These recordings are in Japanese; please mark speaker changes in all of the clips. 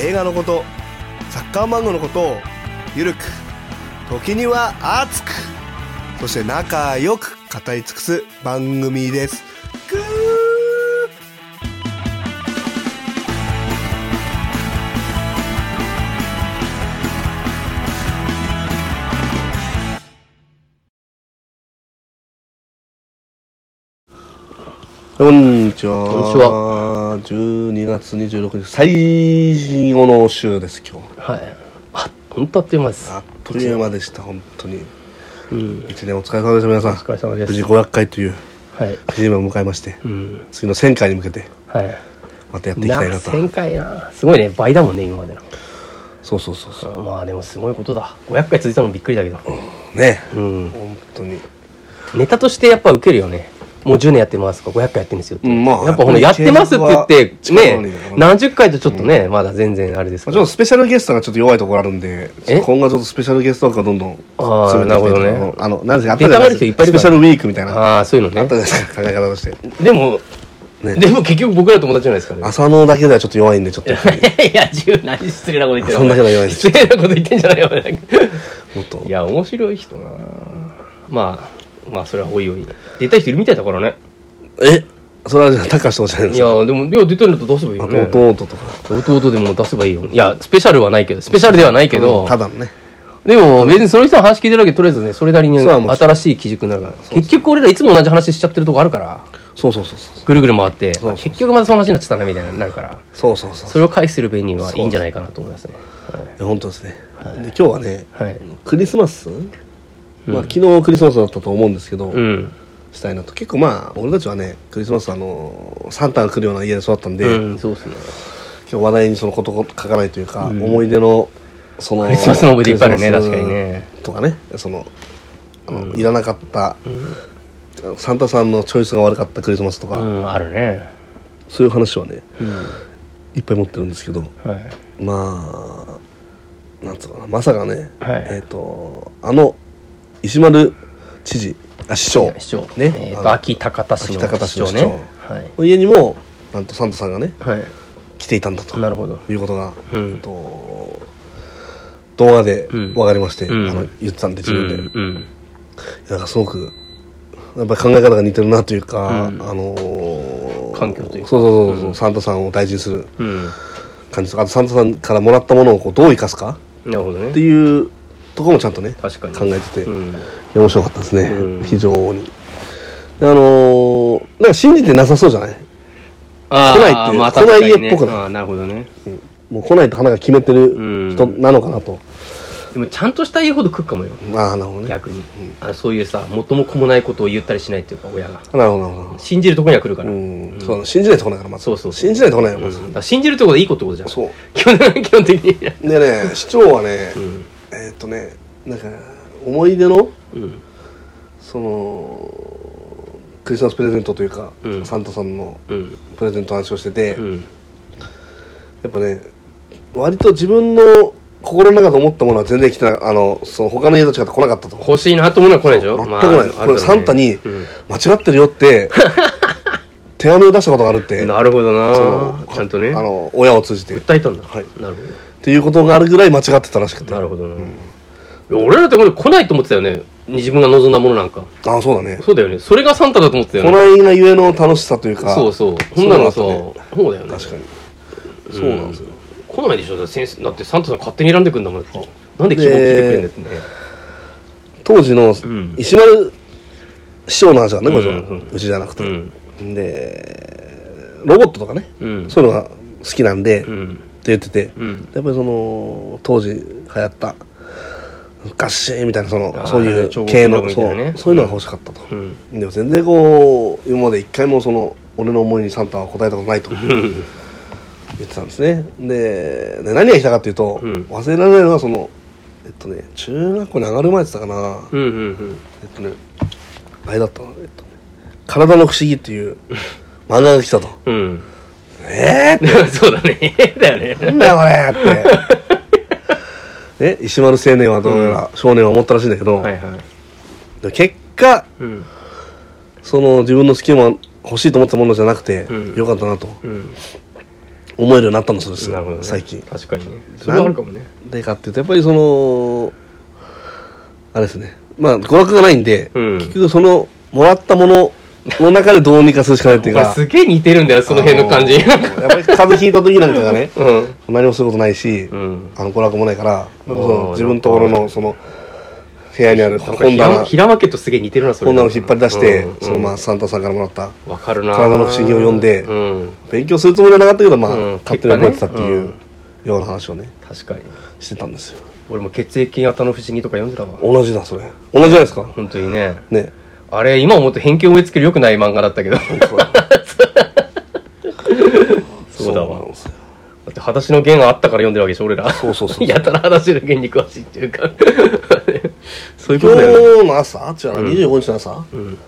Speaker 1: 映画のことサッカー漫画のことをゆるく時には熱くそして仲良く語り尽くす番組ですぐーこんにちは。
Speaker 2: こんにち
Speaker 1: は。12月26日、最後の週です、今日。
Speaker 2: はい。あ、本当あっという間です。
Speaker 1: あっという間でした、本当に。
Speaker 2: うん。
Speaker 1: 一年お疲れ様でした、皆さん。お
Speaker 2: 疲れ様です
Speaker 1: 無事500回という
Speaker 2: はい。
Speaker 1: 節目を迎えまして、
Speaker 2: うん。
Speaker 1: 次の1000回に向けて、
Speaker 2: はい。
Speaker 1: またやっていき
Speaker 2: な
Speaker 1: たいなと。
Speaker 2: 1000回な。すごいね。倍だもんね、今までの。
Speaker 1: そうそうそうそ
Speaker 2: まあでもすごいことだ。500回続いたのもびっくりだけど。
Speaker 1: う。ね。
Speaker 2: うん。
Speaker 1: 本当に。
Speaker 2: ネタとしてやっぱ受けるよね。もう10年やってますとか、500回やってるんですよって。
Speaker 1: うんまあ
Speaker 2: やっぱこのやってますって言って、
Speaker 1: 力は
Speaker 2: ね
Speaker 1: 力は、
Speaker 2: 何十回とちょっとね、まだ全然あれです
Speaker 1: ま
Speaker 2: け
Speaker 1: あちょっ
Speaker 2: ど。
Speaker 1: とスペシャルゲストがちょっと弱いところあるんで、
Speaker 2: え
Speaker 1: 今後はちょっとスペシャルゲスト枠がどんどん
Speaker 2: あー
Speaker 1: 詰めていきたい
Speaker 2: なるほどね
Speaker 1: あの、なんせあったじゃないです
Speaker 2: 出たがる人いっぱ
Speaker 1: か。ス
Speaker 2: いい
Speaker 1: ペ
Speaker 2: るから
Speaker 1: シャルウィークみたいな。あっ
Speaker 2: ああ、そういうの
Speaker 1: たじゃ
Speaker 2: ね。
Speaker 1: ないですか、考え方として。
Speaker 2: でも、
Speaker 1: ね
Speaker 2: でも結局僕ら友達じゃないですかね。
Speaker 1: 浅野だけではちょっと弱いんで、ちょっと。
Speaker 2: いや、十何失礼なこと言ってる。
Speaker 1: そんなことは言わないです
Speaker 2: 失礼なこと言ってんじゃないよ。
Speaker 1: もっと
Speaker 2: い。や、面白い人なまあ、まあ、それはおいおい。出たい人いるみたいだからね。
Speaker 1: えそれはじゃあ、高橋とじゃないで
Speaker 2: い
Speaker 1: すか。
Speaker 2: や、でも、よう出てるのと出せばいいよね。
Speaker 1: 弟とか。
Speaker 2: 弟でも出せばいいよ。いや、スペシャルはないけど、スペシャルではないけど、
Speaker 1: ただのね。
Speaker 2: でも別にその人の話聞いてるだけでとりあえずね、それなりに
Speaker 1: そうはもち
Speaker 2: 新しい基軸になるから。結局俺らいつも同じ話しちゃってるとこあるから、
Speaker 1: そうそうそうそう。
Speaker 2: ぐるぐる回って、
Speaker 1: そう
Speaker 2: あ結局またその話になっちゃったねみたいになるから、
Speaker 1: そうそうそう。
Speaker 2: それを回避する弁にはいいんじゃないかなと思いますね。
Speaker 1: いや本当ですね、で今日はね
Speaker 2: はい。はい、
Speaker 1: クリスマス、まあ、昨日クリスマスだったと思うんですけど、
Speaker 2: うん。
Speaker 1: したいなと結構まあ俺たちはねクリスマスあのサンタが来るような家で育ったんで、
Speaker 2: うん、そうですね。
Speaker 1: 今日話題にそのことを書かないというか、思い出のそのク
Speaker 2: リスマスの思い出いっぱいあるね確かにね
Speaker 1: とかねそのあのいらなかった、サンタさんのチョイスが悪かったクリスマスとか、
Speaker 2: うん、あるね。
Speaker 1: そういう話はね
Speaker 2: うん。
Speaker 1: いっぱい持ってるんですけど
Speaker 2: はい。
Speaker 1: まあなんつうのかなまさかね、
Speaker 2: はい
Speaker 1: えっ、とあの石丸知事あ市長
Speaker 2: 市長
Speaker 1: ね
Speaker 2: ね、えーと
Speaker 1: あの
Speaker 2: 秋高田市の
Speaker 1: 秋高田市
Speaker 2: 市
Speaker 1: の
Speaker 2: 長
Speaker 1: 市
Speaker 2: ね
Speaker 1: 長
Speaker 2: はい
Speaker 1: の家にもなんとサンタさんがね
Speaker 2: はい
Speaker 1: 来ていたんだと
Speaker 2: なるほど
Speaker 1: いうことが、
Speaker 2: うん
Speaker 1: えっと動画で
Speaker 2: うん
Speaker 1: 分かりまして、
Speaker 2: うん
Speaker 1: あの言ってたんで自
Speaker 2: う
Speaker 1: 分で、
Speaker 2: んうん
Speaker 1: なんかすごくやっぱり考え方が似てるなというか、
Speaker 2: うん
Speaker 1: あのー
Speaker 2: 環境というか
Speaker 1: そうそうそうそう、サンタさんを大事にする
Speaker 2: うん
Speaker 1: 感じとかあとサンタさんからもらったものをこうどう生かすか
Speaker 2: なるほど
Speaker 1: って
Speaker 2: ね
Speaker 1: いうところもちゃんとね
Speaker 2: 確かに
Speaker 1: 考えてて、
Speaker 2: うん
Speaker 1: 面白かったですね、
Speaker 2: うん
Speaker 1: 非常にであのーなんか信じてなさそうじゃない、
Speaker 2: あ
Speaker 1: 来
Speaker 2: ー
Speaker 1: ないって
Speaker 2: まあ確かにね
Speaker 1: 来ない家っぽくない
Speaker 2: あーなるほどね
Speaker 1: うんもう来ないと花が決めて
Speaker 2: う
Speaker 1: る
Speaker 2: ん
Speaker 1: 人なのかなと、
Speaker 2: でもちゃんとした家ほど食うかもよ
Speaker 1: まあなるほどねなる
Speaker 2: 逆にあのそういうさ元も子もないことを言ったりしないっていうか親が
Speaker 1: ほどなるほど
Speaker 2: 信じるとこには来るから
Speaker 1: う
Speaker 2: うん
Speaker 1: ん、そうだね信じないとこないからまず
Speaker 2: そうそうそう
Speaker 1: 信じないとこないよまず、
Speaker 2: だから信じるとこでいいことってことじゃん
Speaker 1: そう
Speaker 2: 基本基本的に
Speaker 1: でね市長はね、
Speaker 2: ん
Speaker 1: えーっとねなんか思い出の
Speaker 2: うん
Speaker 1: そのクリスマスプレゼントというか、
Speaker 2: うん
Speaker 1: サンタさんの
Speaker 2: うん
Speaker 1: プレゼントの話をしてて、
Speaker 2: うん
Speaker 1: やっぱね割と自分の心の中と思ったものは全然来てないあのその他の家と違って来なかったと
Speaker 2: 欲しいなと思うのは来ないでしょ
Speaker 1: 全く来
Speaker 2: ま
Speaker 1: な
Speaker 2: あ
Speaker 1: い、これ
Speaker 2: あるだろうね
Speaker 1: サンタに
Speaker 2: うん
Speaker 1: 間違ってるよって 手紙を出したことがあるって
Speaker 2: なるほど
Speaker 1: その
Speaker 2: なちゃんとね
Speaker 1: あの親を通じてっ
Speaker 2: 訴えたんだ
Speaker 1: はい
Speaker 2: なるほど
Speaker 1: ていうことがあるぐらい間違ってたらしくて
Speaker 2: なるほどな、いや俺らってこれ来ないと思ってたよね自分が望んだものなんか
Speaker 1: ああそうだね
Speaker 2: そうだよねそれがサンタだと思ってた
Speaker 1: 来
Speaker 2: よね
Speaker 1: ないがゆえの楽しさというか
Speaker 2: そうそうそんなのさ
Speaker 1: そう
Speaker 2: そ
Speaker 1: だね
Speaker 2: う,、だよね
Speaker 1: 確かに、そうなんですよ
Speaker 2: 来ないでしょだって先生だってサンタさん勝手に選んでくんだもんなんで希望聞いてくれんだってね
Speaker 1: 当時の
Speaker 2: ん
Speaker 1: 石丸師匠の話だね、これじゃ
Speaker 2: うんうん
Speaker 1: うちじゃなく
Speaker 2: う
Speaker 1: て、
Speaker 2: ん
Speaker 1: でロボットとかね、
Speaker 2: うん
Speaker 1: そういうのが好きなんで、
Speaker 2: う
Speaker 1: って
Speaker 2: ん
Speaker 1: 言ってて、
Speaker 2: うん
Speaker 1: やっぱりその当時流行ったガッシーみたいなそ
Speaker 2: あ
Speaker 1: の
Speaker 2: ー
Speaker 1: そういう
Speaker 2: 彫刻
Speaker 1: 系
Speaker 2: ロ
Speaker 1: の
Speaker 2: ゴみた
Speaker 1: そ
Speaker 2: いなね
Speaker 1: うそういうのが欲しかったと、
Speaker 2: うん
Speaker 1: でも全然こう今まで一回もその俺の思いにサンタは答えたことないと言ってたんですねでで何がしたかっていうと、
Speaker 2: うん
Speaker 1: 忘れられないのはそのえっとね中学校に上がる前って言ったかな、
Speaker 2: うんうん
Speaker 1: えっとねあれだったのえっとね「体の不思議」って いう漫画が来たと
Speaker 2: うんうん
Speaker 1: 「えー、って
Speaker 2: そうだね。 だよね。
Speaker 1: なんだよこれ!」 ってね石丸青年はどうやら少年は思ったらしいんだけど、
Speaker 2: はいはい。
Speaker 1: で結果
Speaker 2: うん。
Speaker 1: その自分の好きなもの欲しいと思ったものじゃなくて、
Speaker 2: うん
Speaker 1: よかったなと
Speaker 2: うん。
Speaker 1: 思えるようになったんだそうです
Speaker 2: なるほど、ね。
Speaker 1: 最近
Speaker 2: 確かにね。それはあるかもね。
Speaker 1: でかっていうとやっぱりそのあれですねまあ娯楽がないんで、
Speaker 2: うん
Speaker 1: 結局そのもらったものの中でどうにかするしかないっていう
Speaker 2: まあ
Speaker 1: か
Speaker 2: すげえ似てるんだよ、その辺の感じ。
Speaker 1: あのやっぱり風邪ひいた時なんかがね
Speaker 2: うん。
Speaker 1: 何もすることないし、
Speaker 2: うん。
Speaker 1: あの娯楽もないからそ
Speaker 2: ー
Speaker 1: の自分のところのその部屋にある本
Speaker 2: 平
Speaker 1: 棚
Speaker 2: 平和家とすげえ似てるな、それ。
Speaker 1: 本棚を引っ張り出して、
Speaker 2: うんうん
Speaker 1: そのまあサンタさんからもらった
Speaker 2: わかるな
Speaker 1: 体の不思議を読んで
Speaker 2: うん。
Speaker 1: 勉強するつもりはなかったけどまあ、
Speaker 2: うん
Speaker 1: 勝手に覚えてたってい
Speaker 2: 結
Speaker 1: うような話をね
Speaker 2: 確かに。
Speaker 1: してたんですよ
Speaker 2: 俺も血液型の不思議とか読んでたわ。
Speaker 1: 同じだそれ同じじゃないですか
Speaker 2: 本当にね。
Speaker 1: ね
Speaker 2: あれ、今思うと偏見を植え付ける良くない漫画だったけど。 そうだわ
Speaker 1: なん。ですよ
Speaker 2: だって、裸足の弦あったから読んでるわけでしょ、俺ら。
Speaker 1: そうそうそう
Speaker 2: やたら裸足の弦に詳しいっていう か。そういうことだよね。
Speaker 1: 今日の朝違うな、25日の朝
Speaker 2: うん。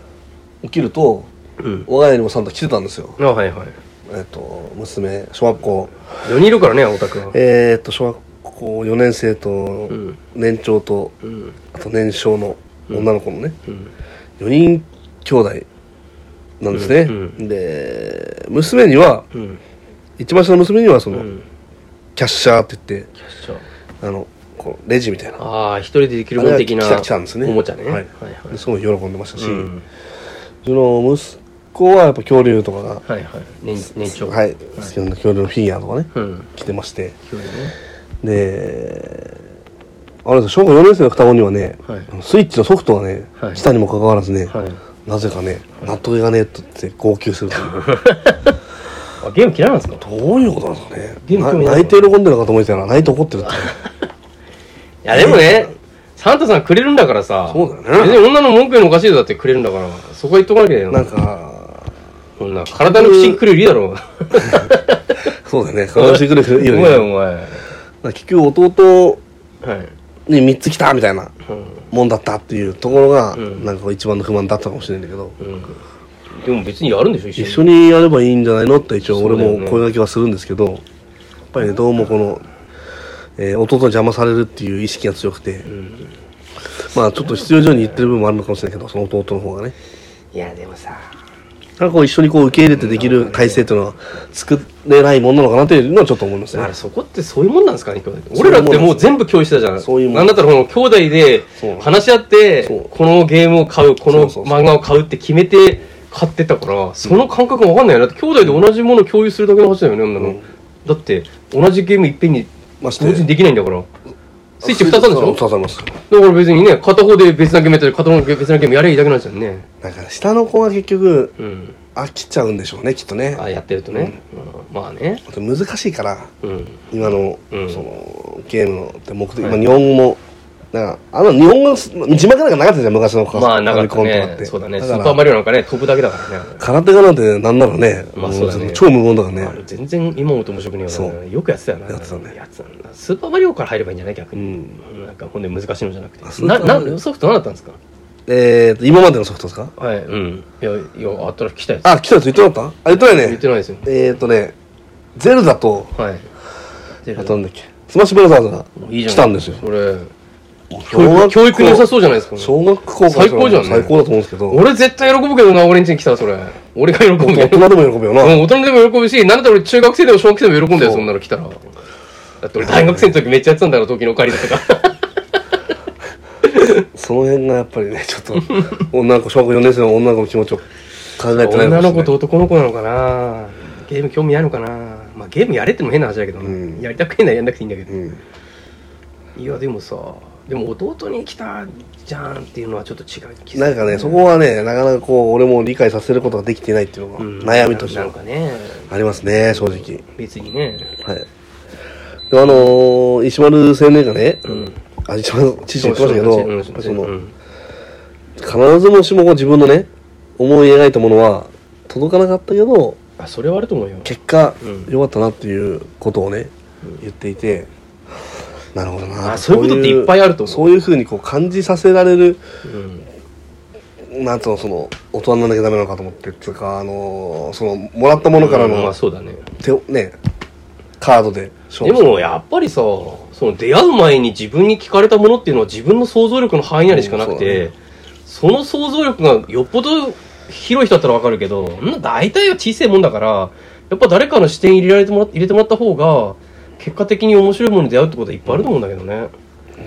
Speaker 1: 起きると
Speaker 2: うん。
Speaker 1: 我が家にもサンタ来てたんですよ
Speaker 2: あ、はいはい。
Speaker 1: えっと娘小学校
Speaker 2: 4人いるからね、オタクは。
Speaker 1: えっと小学校4年生と
Speaker 2: ん
Speaker 1: 年長と、
Speaker 2: うん。
Speaker 1: あと年少の女の子のね、
Speaker 2: うん。
Speaker 1: 4人兄弟なんですね、
Speaker 2: うん
Speaker 1: で娘には
Speaker 2: うん。
Speaker 1: 一番下の娘にはそうの、
Speaker 2: ん。
Speaker 1: キャッシャーって言って
Speaker 2: キャッシャー。
Speaker 1: あのこうレジみたいな
Speaker 2: ああ、一人でできるもん的な。
Speaker 1: あれが来た来たんですね
Speaker 2: おもちゃね。
Speaker 1: はい
Speaker 2: はいは
Speaker 1: で
Speaker 2: い。
Speaker 1: すごい喜んでましたし、
Speaker 2: うん
Speaker 1: その息子はやっぱ恐竜とかが、
Speaker 2: はいはい。年年長。
Speaker 1: はい、好きなんだ恐竜のフィギュアとかね、
Speaker 2: うん。
Speaker 1: 来てまして
Speaker 2: 今日ね。
Speaker 1: であれですよ小学校4年生の双子にはね、
Speaker 2: はい
Speaker 1: スイッチのソフトがね、
Speaker 2: はい
Speaker 1: 来たにもかかわらずね、
Speaker 2: はい。
Speaker 1: なぜかね納得いかねえと言って号泣するという
Speaker 2: あ、ゲーム嫌いなんですか
Speaker 1: どういうことなんですか
Speaker 2: ゲ
Speaker 1: ね
Speaker 2: ーム
Speaker 1: な
Speaker 2: 興味ない
Speaker 1: 泣いて喜んでるかと思ってたら泣いて怒ってるって
Speaker 2: いやでもね、サンタさんくれるんだからさ。
Speaker 1: そうだよね
Speaker 2: 別に女の文句言うのおかしいよだってくれるんだから。そこは言っとかなきゃいけない
Speaker 1: なん
Speaker 2: か、
Speaker 1: か
Speaker 2: こんな、体の不思議くれるいいだろ。
Speaker 1: そうだよね悲しくれるよ
Speaker 2: お前お
Speaker 1: ね
Speaker 2: 前。
Speaker 1: なんか結局弟
Speaker 2: はい。
Speaker 1: に3つ来たみたいな
Speaker 2: うん
Speaker 1: もんだったっていうところが、
Speaker 2: うん
Speaker 1: なんかこう一番の不満だったかもしれないんだけど、
Speaker 2: うん。でも別にやるんでしょ、一緒
Speaker 1: 一
Speaker 2: に。
Speaker 1: 緒にやればいいんじゃないのって一応
Speaker 2: そう
Speaker 1: 俺
Speaker 2: だよね
Speaker 1: も声掛けはするんですけど、やっぱりねどうもこの、えー弟に邪魔されるっていう意識が強くて、
Speaker 2: ん
Speaker 1: まあちょっと必要以上に言ってる部分もあるのかもしれないけどその弟の方がね
Speaker 2: いやでもさ、
Speaker 1: なんかこう一緒にこう受け入れてできる体制というのは作れないものなのかなというのはちょっと思います
Speaker 2: だから
Speaker 1: ね。
Speaker 2: そこってそういうもんなんですかね、兄弟って
Speaker 1: そうい
Speaker 2: 俺
Speaker 1: うもん
Speaker 2: らってもう全部共有してたじゃん。
Speaker 1: そういうもん
Speaker 2: なんだったらこの兄弟で
Speaker 1: そう
Speaker 2: 話し合って
Speaker 1: そう、
Speaker 2: このゲームを買う、この
Speaker 1: そうそうそ
Speaker 2: 漫画を買うって決めて買ってったから、その感覚わかんないよね。だって兄弟で同じものを共有するだけの話だよね、女の。
Speaker 1: うん
Speaker 2: だって、同じゲームいっぺんに
Speaker 1: ま
Speaker 2: 同
Speaker 1: して
Speaker 2: 時にできないんだから。スイッチ2つあるでし
Speaker 1: そ
Speaker 2: ょ
Speaker 1: うそうそう
Speaker 2: だから別にね、片方で別なゲームやったり、片方で別なゲームやればいいだけなんですよね。
Speaker 1: だから下の子が結局
Speaker 2: うん。
Speaker 1: 飽きちゃうんでしょうねきっとね。
Speaker 2: あやってるとね。うんまあね。
Speaker 1: あと難しいから
Speaker 2: うん。
Speaker 1: 今の,、
Speaker 2: うん
Speaker 1: そのゲームのって目的、
Speaker 2: はい
Speaker 1: まあ、日本語もなんかあの日本語の字幕なんかなかったじゃん昔の
Speaker 2: まあ、なかっ
Speaker 1: フ
Speaker 2: た
Speaker 1: ァミコンとかって
Speaker 2: ね。そうだね。ス
Speaker 1: か
Speaker 2: ーパーマ
Speaker 1: ら
Speaker 2: リオなんかね、飛ぶだけだからね。
Speaker 1: 空手家なんてなんならね,、
Speaker 2: まあそうだね
Speaker 1: も超無言だから
Speaker 2: あれ
Speaker 1: ね。
Speaker 2: 全然今もと面白くねえよ
Speaker 1: そ
Speaker 2: なよくやってたよな
Speaker 1: やってたね
Speaker 2: やってたんだスーパーマリオから入ればいいんじゃない逆
Speaker 1: う
Speaker 2: に、
Speaker 1: ん、
Speaker 2: なんかほんで難しいのじゃなく
Speaker 1: あ
Speaker 2: て
Speaker 1: スーパー
Speaker 2: な
Speaker 1: マリオ
Speaker 2: なソフト何だったんですか
Speaker 1: えーと今までのソフトですか
Speaker 2: はいうんいやいやあったら来たやつ
Speaker 1: あ来たやつ言ってなかったあ言ってない
Speaker 2: 言っ
Speaker 1: ね
Speaker 2: てないですよ
Speaker 1: えーとねゼルダと
Speaker 2: はいで
Speaker 1: あとなんだっけスマッシュブラザーズが
Speaker 2: いいじゃ
Speaker 1: 来たんですよ
Speaker 2: それ教
Speaker 1: 小学校
Speaker 2: 育教育に良さそうじゃないですか
Speaker 1: 小学校から
Speaker 2: 最高じゃんね
Speaker 1: 最高だと思うんですけど
Speaker 2: 俺絶対喜ぶけどな俺んちに来たらそれ俺が喜ぶ
Speaker 1: 大
Speaker 2: ね
Speaker 1: 人でも喜ぶよな、
Speaker 2: うん大人でも喜ぶし何だろう中学生でも小学生でも喜んだよ
Speaker 1: そう
Speaker 2: そんなの来たらだって俺大学生の時めっちゃやってたんだろ時の帰りとか
Speaker 1: その辺がやっぱりねちょっと女の子小学4年生の女の子の気持ちを考えてない
Speaker 2: 女
Speaker 1: かもしれない
Speaker 2: の子と男の子なのかなゲーム興味ないのかなまあゲームやれってのも変な話だけどな、
Speaker 1: うん
Speaker 2: やりたくねえならやんなくていいんだけど、
Speaker 1: うん
Speaker 2: いやでもさでも弟に来たじゃんっていうのはちょっと違う気
Speaker 1: なんかねそこはねなかなかこう俺も理解させることができてないっていうのが
Speaker 2: うん
Speaker 1: 悩みとして
Speaker 2: な
Speaker 1: は
Speaker 2: んかね
Speaker 1: ありますね正直
Speaker 2: 別にね
Speaker 1: はいでもあのー石丸青年がね、
Speaker 2: うん
Speaker 1: あ一番父言ってましたけど、
Speaker 2: うん
Speaker 1: その、
Speaker 2: うん
Speaker 1: 必ずもしも自分のね思い描いたものは届かなかったけど
Speaker 2: あそれはあると思うよ
Speaker 1: 結果
Speaker 2: うん
Speaker 1: 良かったなっていうことをね、言っていてなるほどな
Speaker 2: あそういうことっていっぱいあると思う
Speaker 1: そういうふうにこう感じさせられる
Speaker 2: うん
Speaker 1: なんつうのその大人になんなきゃダメなのかと思ってつうかあのーそのもらったものから
Speaker 2: うんま
Speaker 1: の
Speaker 2: あ、そうだね
Speaker 1: 手をねカードで勝
Speaker 2: で
Speaker 1: 負
Speaker 2: もやっぱりさその出会う前に自分に聞かれたものっていうのは自分の想像力の範囲内でしかなくて、その想像力がよっぽど広い人だったらわかるけどそんな大体は小さいもんだからやっぱ誰かの視点入れられてもら入れてもらった方が結果的に面白いものに出会うってことはいっぱいあると思うんだけどね、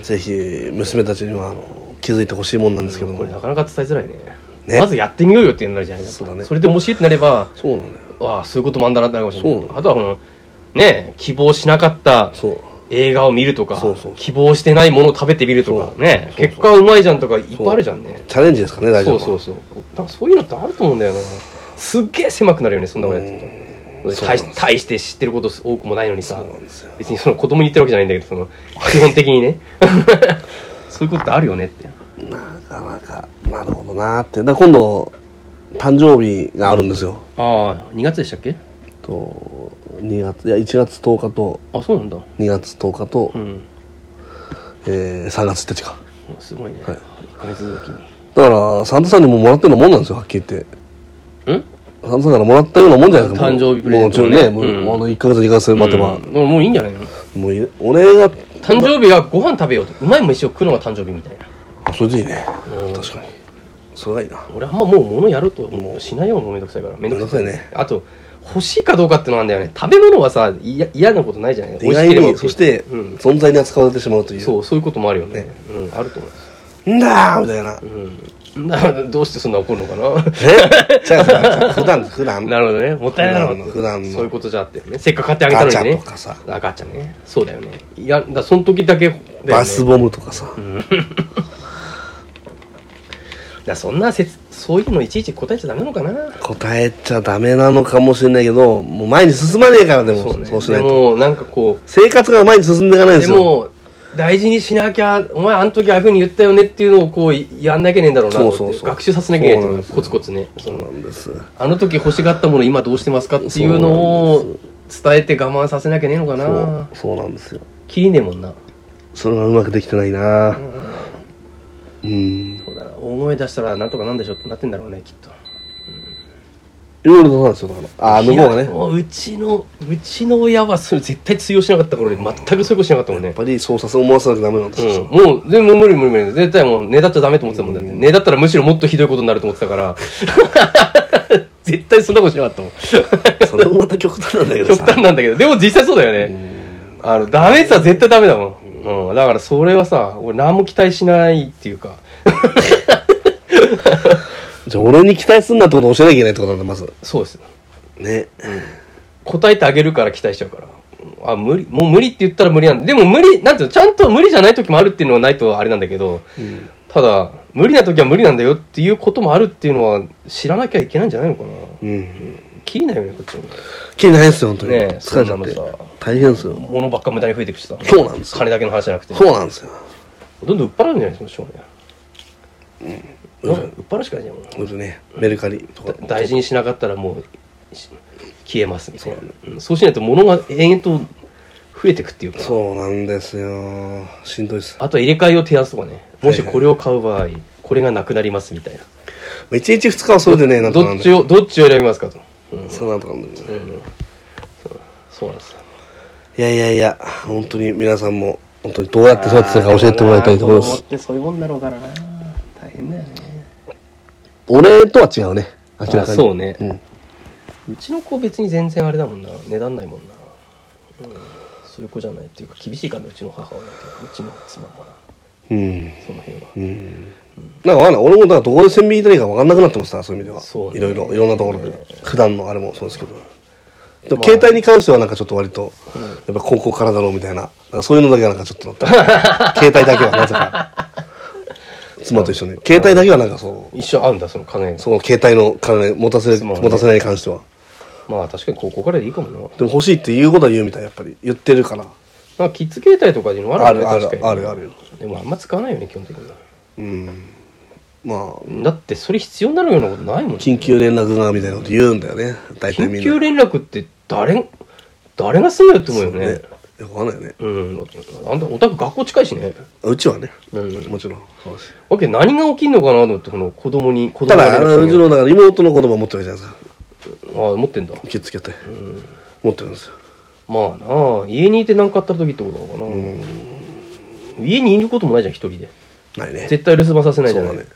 Speaker 1: ぜひ娘たちにはあの気づいてほしいもんなんですけど
Speaker 2: これな
Speaker 1: も
Speaker 2: かなか伝えづらいね
Speaker 1: ね
Speaker 2: まずやってみようよってなるじゃないです
Speaker 1: そう
Speaker 2: か
Speaker 1: だね
Speaker 2: それで面白いってなれば
Speaker 1: そうなんだよ
Speaker 2: ああそういうこともあんだなってなるかもしれな
Speaker 1: そう
Speaker 2: いあとはこのね希望しなかった
Speaker 1: そう
Speaker 2: 映画を見るとか
Speaker 1: そうそう
Speaker 2: 希望してないものを食べてみるとか
Speaker 1: そう
Speaker 2: ね
Speaker 1: そうそう
Speaker 2: 結果うまいじゃんとかいっぱいあるじゃんね
Speaker 1: チャレンジですかね大丈
Speaker 2: そう
Speaker 1: 夫
Speaker 2: そうそうなんかそういうのってあると思うんだよなすっげえ狭くなるよねそんなことやってると
Speaker 1: そう
Speaker 2: 大し大して知ってること多くもないのにさ
Speaker 1: そうなんですよ
Speaker 2: 別にその子供に言ってるわけじゃないんだけど その基本的にね そういうことってあるよねって
Speaker 1: なかなかなるほどなーってだから今度誕生日があるんですよ
Speaker 2: ああ2月でしたっけ
Speaker 1: と2月いや1月10日と
Speaker 2: あそうなんだ
Speaker 1: 2月10日と、
Speaker 2: うん
Speaker 1: えー3月1日か
Speaker 2: すごいね、
Speaker 1: はい
Speaker 2: 1ヶ月おきに
Speaker 1: だからサンタさんにももらってるのもんなんですよはっきり言って
Speaker 2: ん
Speaker 1: サンタさんからもらったようなもんじゃないですかもう
Speaker 2: 誕生日プレゼント
Speaker 1: も
Speaker 2: も
Speaker 1: う
Speaker 2: ね
Speaker 1: ちょいねもう、
Speaker 2: うん
Speaker 1: もうあの1ヶ月2ヶ月待てば、
Speaker 2: うんもういいんじゃないの
Speaker 1: もうい俺が
Speaker 2: 誕生日はご飯食べようとうまい飯を食うのが誕生日みたいな
Speaker 1: あそれでいいね、
Speaker 2: うん
Speaker 1: 確かにそれがいいな
Speaker 2: 俺あんまもう物やるともうしないよもうめんどくさいからめんどくさい
Speaker 1: めんどくさいね
Speaker 2: あと欲しいかどうかってのなんだよね食べ物はさいや嫌なことないじゃない
Speaker 1: 意外
Speaker 2: 美味
Speaker 1: に
Speaker 2: し
Speaker 1: そし
Speaker 2: けれ
Speaker 1: て、
Speaker 2: ばうん、
Speaker 1: 存在に扱われてしまうという
Speaker 2: そうそういうこともあるよね
Speaker 1: ね
Speaker 2: うんあると思います
Speaker 1: んだーみたいな
Speaker 2: うんなどうしてそんな怒るのかな
Speaker 1: え違う違う普段普段
Speaker 2: なるほどねもったいないな
Speaker 1: 普段の
Speaker 2: そういうことじゃあってねせっかく買ってあげたのに
Speaker 1: ガ
Speaker 2: ね
Speaker 1: チャとかさ
Speaker 2: あガチャねそうだよねいやだからその時だけだよね
Speaker 1: バスボムとかさ、
Speaker 2: だからそんなせつそういうのいちいち答えちゃダメなのかな
Speaker 1: 答えちゃダメなのかもしれないけどもう前に進まねえからでもそう,、し
Speaker 2: で
Speaker 1: ないと
Speaker 2: もなんかこう
Speaker 1: 生活が前に進んでいかないんで
Speaker 2: です
Speaker 1: よ
Speaker 2: も大事にしなきゃお前あの時ああいうふうに言ったよねっていうのをこうやんなきゃいけねえんだろうなと思って
Speaker 1: そうそうそう
Speaker 2: 学習させなきゃいけないと
Speaker 1: そうなん
Speaker 2: 思う
Speaker 1: ですよ
Speaker 2: コツコツねそ
Speaker 1: そうな
Speaker 2: の
Speaker 1: んですそう
Speaker 2: あの時欲しがったもの今どうしてますかっていうの
Speaker 1: そう
Speaker 2: を伝えて我慢させなきゃねえのかな
Speaker 1: そうなんですよ
Speaker 2: きりねえもんな
Speaker 1: それがうまくできてないなうん
Speaker 2: そうだな大声出したらなんとかなんでしょってなってんだろうねきっと
Speaker 1: いろいろとなんですよだからああ向こうがね
Speaker 2: いやもううちのうちの親はそれ絶対通用しなかった頃に全くそういうことしなかったもん
Speaker 1: やっ
Speaker 2: ね
Speaker 1: ぱりそうさせ思わせなきゃダメなんですよ、
Speaker 2: うん、もう全部無理無理無理絶対もう根だったらダメと思ってたもんだって根だったらむしろもっとひどいことになると思ってたから 絶対そんなことしなかったもん
Speaker 1: それもまた極端なんだけど
Speaker 2: 極
Speaker 1: さ
Speaker 2: 端なんだけどでも実際そうだよねあのダメって言ったら絶対ダメだもん、うん、だからそれはさ俺何も期待しないっていうか
Speaker 1: じゃあ俺に期待すんなってことを教えなきゃいけないってことなんだまず
Speaker 2: そうです
Speaker 1: ね、
Speaker 2: 答えてあげるから期待しちゃうからあ無理もう無理って言ったら無理なんだでも無理なんていうのちゃんと無理じゃない時もあるっていうのはないとあれなんだけどただ無理な時は無理なんだよっていうこともあるっていうのは知らなきゃいけないんじゃないのかな
Speaker 1: うん
Speaker 2: 切りないよねこっちも
Speaker 1: 気にないですよ本当に、
Speaker 2: ねえ
Speaker 1: 疲れちゃっ
Speaker 2: そうなの
Speaker 1: て
Speaker 2: さ
Speaker 1: 大変ですよ
Speaker 2: 物ばっか無駄に増えてくしさ
Speaker 1: そうなんですよ
Speaker 2: 金だけの話じゃなくて
Speaker 1: そうなんですよ
Speaker 2: どんどん売っ払うんじゃないですか少年なんか売っ払うしかないじゃんもう
Speaker 1: ほんとねメルカリとか
Speaker 2: だ大事にしなかったらもうし消えますみたいなうんそうしないと物が延々と増えてくっていうか
Speaker 1: そうなんですよしんどいっす
Speaker 2: あとは入れ替えを提案するとかねもしこれを買う場合これがなくなりますみたい
Speaker 1: 1日2日はそれでねな
Speaker 2: なん
Speaker 1: とかな
Speaker 2: ど
Speaker 1: ん
Speaker 2: っ
Speaker 1: だ
Speaker 2: ちをどっちを選びますかとうん
Speaker 1: そうなんとかなんだよね
Speaker 2: うんそうそうなんですよ
Speaker 1: いやいやいや本当に皆さんも本当にどうやって育てたか教えてもらいたいところで
Speaker 2: 子供
Speaker 1: す
Speaker 2: ってそういうもんだろうからな大変だよね
Speaker 1: 俺とは違うね明らかに
Speaker 2: あそうね
Speaker 1: うん、
Speaker 2: うちの子別に全然あれだもんな値段ないもんな、うん、そういう子じゃないっていうか厳しいからねうちの母親とうちの妻もな
Speaker 1: うん
Speaker 2: その辺は、
Speaker 1: うんなんかわかんない俺もだからどこで線引いたらいいか分かんなくなってますなそういう意味では
Speaker 2: そうね
Speaker 1: いろいろいろんなところで、普段のあれもそうですけどでも
Speaker 2: まあ
Speaker 1: 携帯に関してはなんかちょっと割と、やっぱ高校からだろうみたいななんかそういうのだけはなんかちょっとなった携帯だけはなぜか 妻と一緒に携帯だけはなんかそう
Speaker 2: 一緒合うんだその考えが
Speaker 1: その携帯の関連持たせ、
Speaker 2: そうね
Speaker 1: 持たせないに関しては
Speaker 2: まあ確かに高校からでいいかもな
Speaker 1: でも欲しいって言うことは言うみたいやっぱり言ってるから
Speaker 2: なんかキッズ携帯とかっていうのもあるよね
Speaker 1: あるある
Speaker 2: 確かに
Speaker 1: あるある
Speaker 2: でもあんま使わないよね基本的には
Speaker 1: うんまあ
Speaker 2: だってそれ必要になるようなことないもん
Speaker 1: 緊急連絡がみたいなこと言うんだよね大体みんな
Speaker 2: 緊急連絡って誰誰がすんのよって思うよね
Speaker 1: ねよくわかんないよね
Speaker 2: うんあんたお宅学校近いしね
Speaker 1: うちはね
Speaker 2: うん
Speaker 1: もちろん
Speaker 2: わけ何が起きんのかなと思ってこの子供に子供
Speaker 1: た
Speaker 2: が
Speaker 1: だあのうちのだから妹の言葉持ってるじゃないですか
Speaker 2: ああ持ってんだ
Speaker 1: 気をつけて持ってるんですよ
Speaker 2: まあなあ家にいて何かあった時ってことなのかな、家にいることもないじゃん一人で
Speaker 1: ないね
Speaker 2: 絶対留守番させない
Speaker 1: そ
Speaker 2: じゃ
Speaker 1: う
Speaker 2: な
Speaker 1: だ
Speaker 2: い、
Speaker 1: ね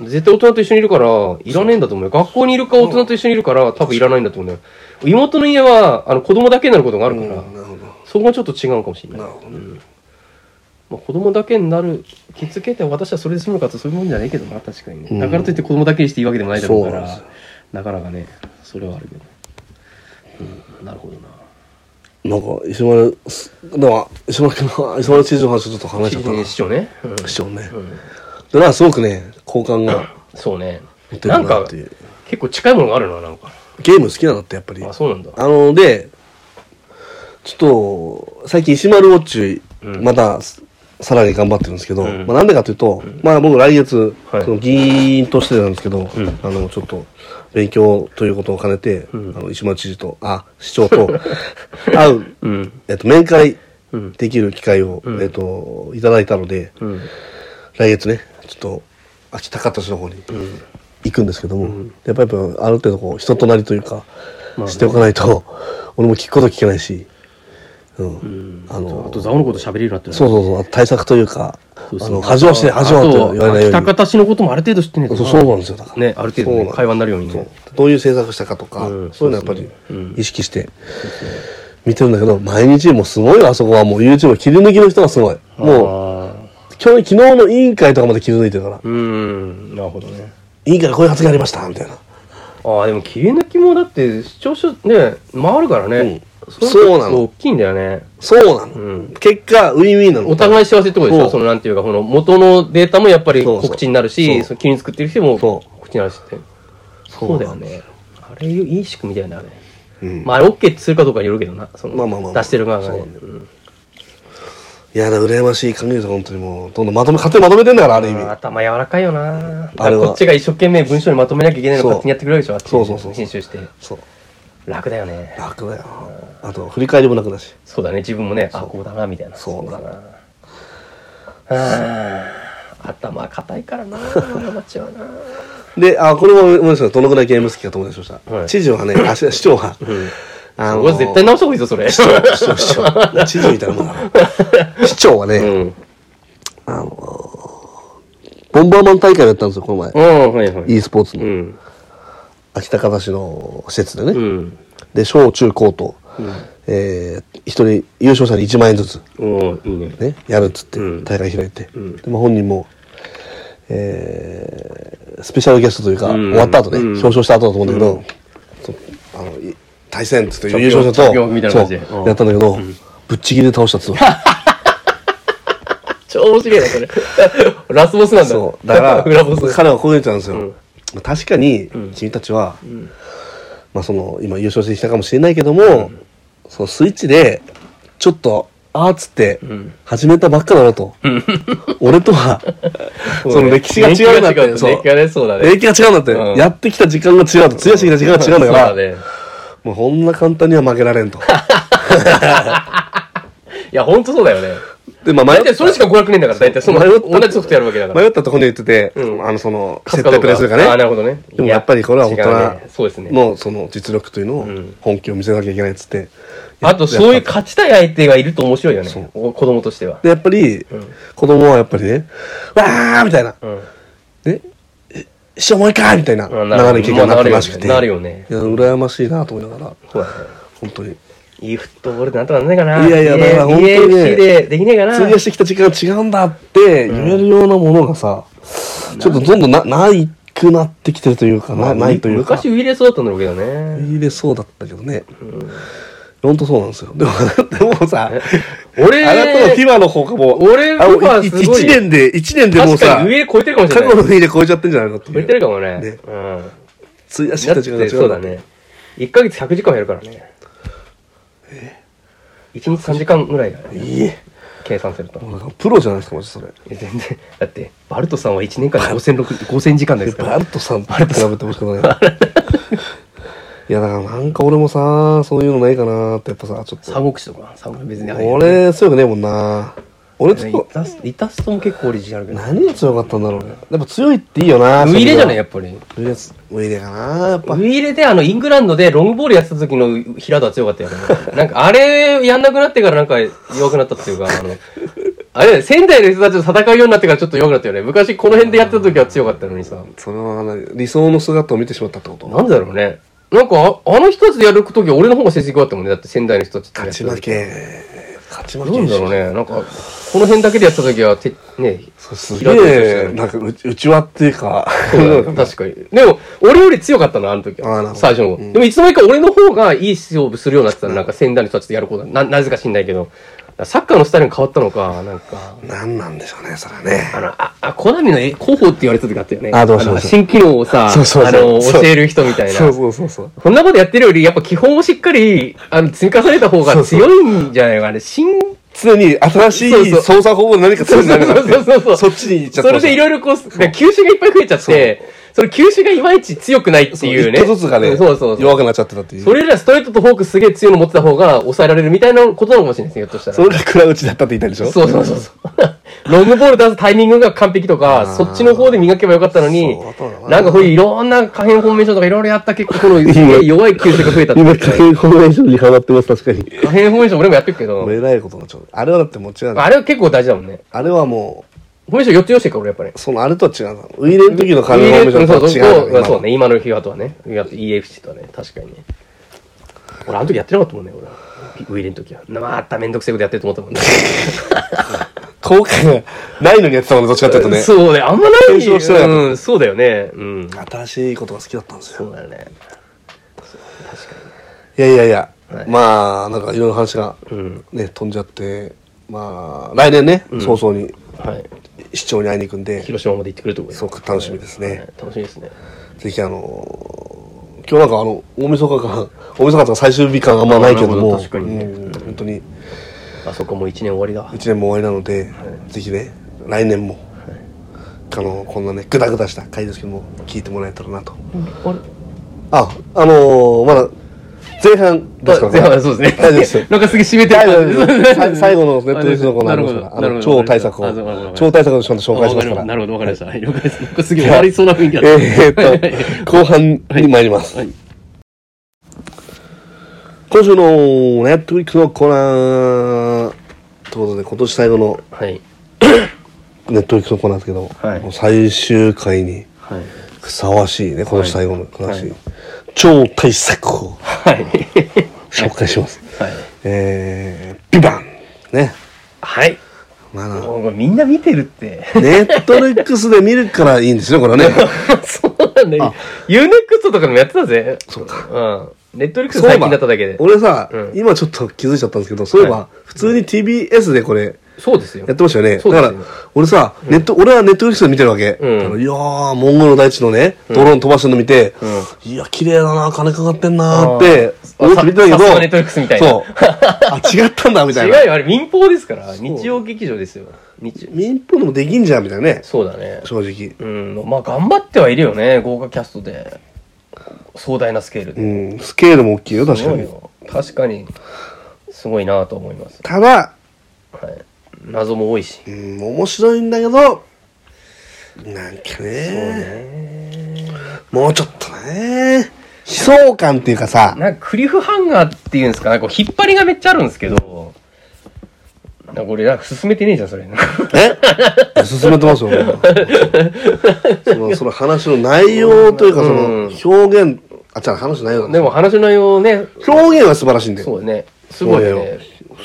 Speaker 2: 絶対大人と一緒にいるからいらねえんだと思うよ学校にいるか大人と一緒にいるから多分いらないんだと思うよ妹の家はあの子供だけになることがある
Speaker 1: う
Speaker 2: か
Speaker 1: ん
Speaker 2: ら、
Speaker 1: なるほど
Speaker 2: そこがちょっと違うのかもしれない
Speaker 1: なるほどね
Speaker 2: まあ、子供だけになる気付けて私はそれで済むかってそういうもんじゃないけどな確かにね、
Speaker 1: うん
Speaker 2: だからといって子供だけにしていいわけでもないだろうか
Speaker 1: そうなん
Speaker 2: ら
Speaker 1: で
Speaker 2: なかなかねそれはあるけど、うん、なるほどな
Speaker 1: なんか石丸すでも石丸君の石丸知事の話をちょっと話しちゃった
Speaker 2: 市長ね、うん
Speaker 1: な市長ね
Speaker 2: うん
Speaker 1: でなんかすごくね好感が
Speaker 2: そうね
Speaker 1: 持てる
Speaker 2: なん
Speaker 1: な
Speaker 2: か
Speaker 1: っていう
Speaker 2: 結構近いものがあるななんか
Speaker 1: ゲーム好きなんだってやっぱり
Speaker 2: あそうなんだ
Speaker 1: あのでちょっと最近石丸ウォッチ
Speaker 2: うん
Speaker 1: またさらに頑張ってるんですけど、
Speaker 2: うん
Speaker 1: まあ、なんでかというと、まあ、僕来月、
Speaker 2: はい
Speaker 1: その議員としてなんですけど、
Speaker 2: ん
Speaker 1: あのちょっと勉強ということを兼ねて、
Speaker 2: ん
Speaker 1: あの石丸知事とあ市長 と会う、
Speaker 2: うん
Speaker 1: えっと、面会
Speaker 2: うん
Speaker 1: できる機会を、
Speaker 2: うん
Speaker 1: えっと、いただいたので、
Speaker 2: うん
Speaker 1: 来月ねちょっとあっち高田市の方に行くんですけども、やっぱりある程度こう人となりというか、
Speaker 2: まあね
Speaker 1: しておかないと 俺も聞くこと聞けないし、うんあ
Speaker 2: あ
Speaker 1: の
Speaker 2: とザオのこと喋れるようになってる
Speaker 1: そうそうそう対策というか
Speaker 2: そうそう
Speaker 1: あの恥をして恥をって言われないよう
Speaker 2: あと
Speaker 1: に
Speaker 2: 喜多方氏のこともある程度知ってねえと
Speaker 1: そうそうなんですよだから
Speaker 2: ねある程度ね
Speaker 1: そうなん
Speaker 2: 会話になるようにね
Speaker 1: そうどういう政策したかとか、
Speaker 2: うん
Speaker 1: そういうのやっぱり
Speaker 2: そうですねうん
Speaker 1: 意識して見てるんだけど、毎日もうすごいよあそこはもう YouTube 切り抜きの人がすごいもう
Speaker 2: も
Speaker 1: 今日昨日の委員会とかまで切り抜いてるから
Speaker 2: ううんなるほどね
Speaker 1: 委員会でこういう発言ありましたみたいな
Speaker 2: ああでも切り抜きもだって視聴者ね回るからね、
Speaker 1: うん
Speaker 2: れ
Speaker 1: そうなの
Speaker 2: 大きいんだよね
Speaker 1: そうなの、
Speaker 2: うん
Speaker 1: 結果ウィンウィンなの
Speaker 2: お互い幸せってことでし
Speaker 1: そう
Speaker 2: ょそのなんていうかこの元のデータもやっぱり
Speaker 1: そうそう
Speaker 2: 告知になるし
Speaker 1: そう
Speaker 2: その急に作ってる人も
Speaker 1: そ
Speaker 2: 告知になるしって
Speaker 1: そ
Speaker 2: そううだ
Speaker 1: な
Speaker 2: よ
Speaker 1: んです
Speaker 2: ねあれいい仕組みだよねあれ
Speaker 1: うん
Speaker 2: まあ、OK ってするかどうかによるけどな、その
Speaker 1: まあまあまあ
Speaker 2: 出してる側がね。
Speaker 1: そうなん
Speaker 2: うん
Speaker 1: いやだから羨ましい限りです本当にもうどんどんまとめ勝手にまとめてんだからある意味、
Speaker 2: 頭柔らかいよな。だ
Speaker 1: あ
Speaker 2: か
Speaker 1: れ
Speaker 2: ら
Speaker 1: は
Speaker 2: こっちが一生懸命文章にまとめなきゃいけないの
Speaker 1: そう
Speaker 2: 勝手にやってくれるでしょ、あっち
Speaker 1: そうそうそう
Speaker 2: 編集して。
Speaker 1: そう
Speaker 2: 楽だよね。
Speaker 1: 楽だよあと振り返りも楽だし
Speaker 2: そうだね、自分もね、あ、こうだな、みたいな。
Speaker 1: そう
Speaker 2: だな。あー頭硬いからな、マッチはな。
Speaker 1: であこれも思いましたどのぐらいゲーム好きか友達とした、
Speaker 2: はい
Speaker 1: 知事はねあし市長は、あ
Speaker 2: これ絶対直した方がいいぞ、それ。
Speaker 1: 市長市長知事みたいなもんだな市長はね、
Speaker 2: うん。
Speaker 1: あのボンバーマン大会をやったんですよこの前、
Speaker 2: うん、はいはい。
Speaker 1: e スポーツの、
Speaker 2: うん。
Speaker 1: 秋田方市の施設でね、
Speaker 2: うん。
Speaker 1: で小中高と、えー一人優勝者に1万円ずつ
Speaker 2: おーいいね。
Speaker 1: ね、やるっつって
Speaker 2: うん
Speaker 1: 大会開いて、
Speaker 2: ん
Speaker 1: でまあ本人も、えースペシャルゲストというか、
Speaker 2: うん
Speaker 1: 終わった後ね、
Speaker 2: うん
Speaker 1: 表彰した後だと思うんだけど、そうあのい対戦っつって優勝者
Speaker 2: チャ
Speaker 1: と
Speaker 2: ンピオンみたいな感じで
Speaker 1: そう
Speaker 2: うん
Speaker 1: やったんだけど、ぶっちぎりで倒したっつうの
Speaker 2: 超面白いな、それ。 ラスボスなんだ。
Speaker 1: そうだ か
Speaker 2: 裏ボス。
Speaker 1: ら彼はこう言ってたんですよ、まあ確かに君たちは、まあ、その今優勝してきたかもしれないけども、そのスイッチでちょっとあーっつって
Speaker 2: ん
Speaker 1: 始めたばっかだろと、俺とは その歴史が違うんだっ
Speaker 2: 歴
Speaker 1: て
Speaker 2: 史が違う歴史がねそうだね。
Speaker 1: 影響が違うんだって、
Speaker 2: うん
Speaker 1: やってきた時間が違うと、費やしてきた時間が違うんだから、
Speaker 2: そうだね。
Speaker 1: もうこんな簡単には負けら れんと。
Speaker 2: いや、ほんとそうだよね。
Speaker 1: で、まあ、迷
Speaker 2: 大
Speaker 1: っ
Speaker 2: 体それしか娯楽ねえんだから、大体その、
Speaker 1: 迷った
Speaker 2: 同じソフトやるわけだから。
Speaker 1: 迷ったとこに言ってて、
Speaker 2: うん
Speaker 1: あの、その、設
Speaker 2: 勝つかど
Speaker 1: 定プ
Speaker 2: うか
Speaker 1: レイするかね。
Speaker 2: あーなるほどね
Speaker 1: でもやっぱりこれは
Speaker 2: 違う
Speaker 1: 大
Speaker 2: ねそうです
Speaker 1: 人
Speaker 2: ね
Speaker 1: の、その、実力というのを
Speaker 2: ん、
Speaker 1: 本気を見せなきゃいけないっつって。
Speaker 2: あと、そういう
Speaker 1: やっ
Speaker 2: 勝ちたい相手がいると面白いよね。お子供としては
Speaker 1: た。で、やっぱり、子供はやっぱりね、わーみたいな、
Speaker 2: うん。
Speaker 1: ね、え師匠もう一回みたいな流
Speaker 2: うんなるほど
Speaker 1: れに結構なってるらしくて。
Speaker 2: まあなるよね
Speaker 1: いや、羨ましいなと思いながら、
Speaker 2: そうだね。
Speaker 1: 本当に。
Speaker 2: いいフットボールでなんとかなんないかな。
Speaker 1: いやいやだから本当にね
Speaker 2: EAFC でできねえかな。
Speaker 1: 費やしてきた時間が違うんだって言えるようなものがさ、ちょっとどんどんなないくなってきてるというかな,、ないというか
Speaker 2: 昔ウィレスだったんだろうけどね。
Speaker 1: 入れそうだったけどね、ほんとそうなんですよでも でもさ
Speaker 2: 俺、
Speaker 1: あなたの TVer の方がもう
Speaker 2: 俺
Speaker 1: あもう
Speaker 2: 僕はい
Speaker 1: い
Speaker 2: すごい
Speaker 1: 一年で一年でもう
Speaker 2: 確
Speaker 1: さ
Speaker 2: かに上超えてるかもし
Speaker 1: 過
Speaker 2: れ
Speaker 1: 去
Speaker 2: ない。
Speaker 1: の入れ超えちゃってんじゃないのって
Speaker 2: 超
Speaker 1: い
Speaker 2: えてる
Speaker 1: う
Speaker 2: かもね。
Speaker 1: ね
Speaker 2: うん。
Speaker 1: 費やしてき
Speaker 2: だ
Speaker 1: た
Speaker 2: って
Speaker 1: 時間が違うん
Speaker 2: そうだね1ヶ月100時間はやるからね1日3時間ぐらいだね
Speaker 1: いいえ
Speaker 2: 計算すると。
Speaker 1: プロじゃないですか、マジそれ。
Speaker 2: いや全然。だって、バルトさんは1年間で5000 5000時間ですか
Speaker 1: バ
Speaker 2: ら。
Speaker 1: ルトさんと比べてほしくない。 いや、だからなんか俺もさ、そういうのないかなって、やっぱさ、ちょっと。
Speaker 2: 三国志とか、三国志別にあれ。
Speaker 1: 俺、強くねえもんな。俺ちょっ
Speaker 2: イ
Speaker 1: と、
Speaker 2: タス、イタストも結構オリジナルだけど。
Speaker 1: 何が強かったんだろうね。やっぱ強いっていいよな。
Speaker 2: ウイレじゃない、
Speaker 1: や
Speaker 2: や
Speaker 1: っ
Speaker 2: っぱり。
Speaker 1: ぱ。ウイレ、ウイレかな、やっぱ
Speaker 2: ウ。イレであの、イングランドでロングボールやってた時の平田は強かったよね。 なんか、あれやんなくなってからなんか弱くなったっていうか、あの、あれ、仙台の人たちと戦うようになってからちょっと弱くなったよね。昔この辺でやってた時は強かったのにさ。
Speaker 1: それはな理想の姿を見てしまったってこと
Speaker 2: なんだろうね。なんかあ、あの人たちでやる時は俺の方が成績良かったもんね。だって仙台の人たちとや
Speaker 1: 勝
Speaker 2: って
Speaker 1: ち
Speaker 2: た時
Speaker 1: 負け。勝ち負け。
Speaker 2: どうなんだろうね。なんか、この辺だけでやってた時は、て、ね、
Speaker 1: そうす
Speaker 2: 平田選手
Speaker 1: げえ、なんかうち、うちわっていうか、
Speaker 2: そうだ、確かに。でも、俺より強かったな、あの時
Speaker 1: あーなるほ
Speaker 2: は。
Speaker 1: ど
Speaker 2: 最初の方。でも、いつの間にか俺の方がいい勝負するようになってたら、なんか仙台の人たちとやることはな、なぜか知んないけど、サッカーのスタイルが変わったのか、なんか、
Speaker 1: なんなんでしょうね、それはね。
Speaker 2: あの、あ、あコナミのえ広報って言われてた時あったよね。
Speaker 1: あどうしよう
Speaker 2: の
Speaker 1: どうしよ
Speaker 2: 新機能をさ、あ
Speaker 1: そうそうそう
Speaker 2: の、
Speaker 1: そう
Speaker 2: 教える人みたいな。
Speaker 1: そうそうそうそう。
Speaker 2: こんなことやってるより、やっぱ基本をしっかり、あの、積み重ねた方が強いんじゃないかね。新
Speaker 1: 常に新し
Speaker 2: そう
Speaker 1: い
Speaker 2: そう
Speaker 1: 操作方法で何かす
Speaker 2: そう
Speaker 1: るんじ
Speaker 2: そ
Speaker 1: ゃ
Speaker 2: う
Speaker 1: なくて
Speaker 2: そうそうそう。
Speaker 1: そっちに行っちゃって
Speaker 2: それでいろいろこう、球種がいっぱい増えちゃって、それ球種がいまいち強くないっていうね。
Speaker 1: 一個ずつがね、
Speaker 2: そうそうそう。
Speaker 1: 弱くなっちゃってたっていう。
Speaker 2: それよりはストレートとフォークすげえ強いの持ってた方が抑えられるみたいなことなのかもしれないですね、ひょっとしたら。
Speaker 1: それで暗打ちだったって言ったでしょ
Speaker 2: そうそうそうそう。ロングボール出すタイミングが完璧と
Speaker 1: あ
Speaker 2: か
Speaker 1: ー、
Speaker 2: そっちの方で磨けばよかったのに
Speaker 1: そうそうだな、
Speaker 2: なんかこういういろんな可変フォーメーションとかいろいろやった結果、このすげえ弱い球種が増えたっていう。
Speaker 1: 変フォーメーションにハマってます、確かに。
Speaker 2: 可変フォーメーション俺もやってるけど
Speaker 1: もう、偉いことになっちゃう。あれはだってもう違う。
Speaker 2: あれは結構大事だもんね。
Speaker 1: あれはも
Speaker 2: フォーメーション4つ用意してるから俺やっぱり。
Speaker 1: う、そのあれとは違うな。ウイレの時の金のフォーメーションとは違うな。今
Speaker 2: そう
Speaker 1: の
Speaker 2: そうね、今の日はとはね、EFC とはね、確かにね。俺、あの時やってなかったもんね、俺。ウイレの時は。まためんどくせえことやってると思ったもんね。
Speaker 1: 効果がないのにやってたもんね、どっちかっていうとね。
Speaker 2: そうね、あんまない
Speaker 1: 検証してなかった
Speaker 2: うん、そうだよね。うん。
Speaker 1: 新しいことが好きだったんです
Speaker 2: そ
Speaker 1: よ。
Speaker 2: うだよね。
Speaker 1: いやいやいや
Speaker 2: は。い
Speaker 1: まあ、なんかいろいろ話が
Speaker 2: うん。
Speaker 1: ね、飛んじゃって、まあ、来年ね、早々に
Speaker 2: はい。
Speaker 1: 市長に会いに行くんで、
Speaker 2: 広島まで行ってくるとこ
Speaker 1: すごく楽しみですね
Speaker 2: はい楽しみですね。
Speaker 1: ぜひあのー今日なんかあの、大晦日間、 大晦日とか最終日感あんまないけども、
Speaker 2: あなるほど確かにね
Speaker 1: うん本当に1
Speaker 2: あそこもう一年終わりだ。
Speaker 1: 年も終わりなので、ぜひね、来年も、あのこんなね、ぐだぐだした回ですけども、聞いてもらえたらなと。
Speaker 2: あれ
Speaker 1: あ、あのーまだ、前半ですからね
Speaker 2: 前半そうですね。
Speaker 1: 大丈夫ですよ
Speaker 2: なんかすぐ締めて
Speaker 1: 大
Speaker 2: る
Speaker 1: 丈
Speaker 2: 感じ
Speaker 1: 夫 ですさ最後のネットニュースのコーナーありますから、あ
Speaker 2: なる
Speaker 1: の
Speaker 2: ほど
Speaker 1: 超対策を
Speaker 2: なるほどなるほ、ど
Speaker 1: 超対策をちゃんと紹介しますか
Speaker 2: あ
Speaker 1: ら。
Speaker 2: なるほど、わかりました。はい了解です。なんかすげ え終わりそうな雰囲気だった。
Speaker 1: えーっ と、後半に参ります。
Speaker 2: はい
Speaker 1: 今週のネットウィークのコーナーということで、今年最後の
Speaker 2: はい。
Speaker 1: ネットウィークのコーナーですけど、
Speaker 2: はい
Speaker 1: もう最終回に
Speaker 2: はい。
Speaker 1: ふさわしいね、今年最後の話、
Speaker 2: はい
Speaker 1: 超大作を
Speaker 2: はい。
Speaker 1: 紹介します。
Speaker 2: はい。
Speaker 1: えー、ビバンね。
Speaker 2: はい。
Speaker 1: まだ
Speaker 2: もうみんな見てるって。
Speaker 1: ネットリックスで見るからいいんですよ、これはね。
Speaker 2: そうなんだよ。ユーネクストとかでもやってたぜ。
Speaker 1: そうか。
Speaker 2: うん。ネットリックス最近だっただけで。
Speaker 1: 俺さ、
Speaker 2: うん
Speaker 1: 今ちょっと気づいちゃったんですけど、そういえば、
Speaker 2: は
Speaker 1: 普通に TBS でこれ、
Speaker 2: そうですよ
Speaker 1: やっ。てましたよね。
Speaker 2: そうで
Speaker 1: だ
Speaker 2: す
Speaker 1: か
Speaker 2: よ
Speaker 1: ら、俺さ、ネット、俺はネットフリックスで見てるわけ。
Speaker 2: うん
Speaker 1: あのいやー、モンゴルの大地のね、ドローン飛ばしてるの見て、いや、綺麗だな、金かかってんなーって、
Speaker 2: あー
Speaker 1: 思って見てたけど、
Speaker 2: ささすがネットフリックスみたいな
Speaker 1: そう。あ、違ったんだ、みた
Speaker 2: 違
Speaker 1: いうな。
Speaker 2: よ、あれ民放ですから。日曜劇場ですよ。日
Speaker 1: 民放でもできんじゃん、みたいなね。
Speaker 2: そうだね。
Speaker 1: 正直。
Speaker 2: うん。まあ頑張ってはいるよね、豪華キャストで。壮大なスケール
Speaker 1: う
Speaker 2: で。
Speaker 1: ん、スケールも大きいよ、確
Speaker 2: す
Speaker 1: か
Speaker 2: ごい
Speaker 1: に。
Speaker 2: よ。確かに、すごいなと思います。
Speaker 1: ただ、
Speaker 2: はい。謎も多いし。
Speaker 1: うん、面白いんだけど、なんかねもうちょっとね、悲壮感っていうか さ、
Speaker 2: なんかクリフハンガーっていうんですか、なんかこう引っ張りがめっちゃあるんですけど、なんか俺、なんか進めてねえじゃん、それ。
Speaker 1: え進めて ますよ、俺はその、その話の内容というか、その、表現、あ、違う、話の内容
Speaker 2: で
Speaker 1: だ
Speaker 2: も話の内容ね、
Speaker 1: 表現は素晴らしいんだよ。
Speaker 2: そうだね、すごい
Speaker 1: そうだよ。
Speaker 2: ね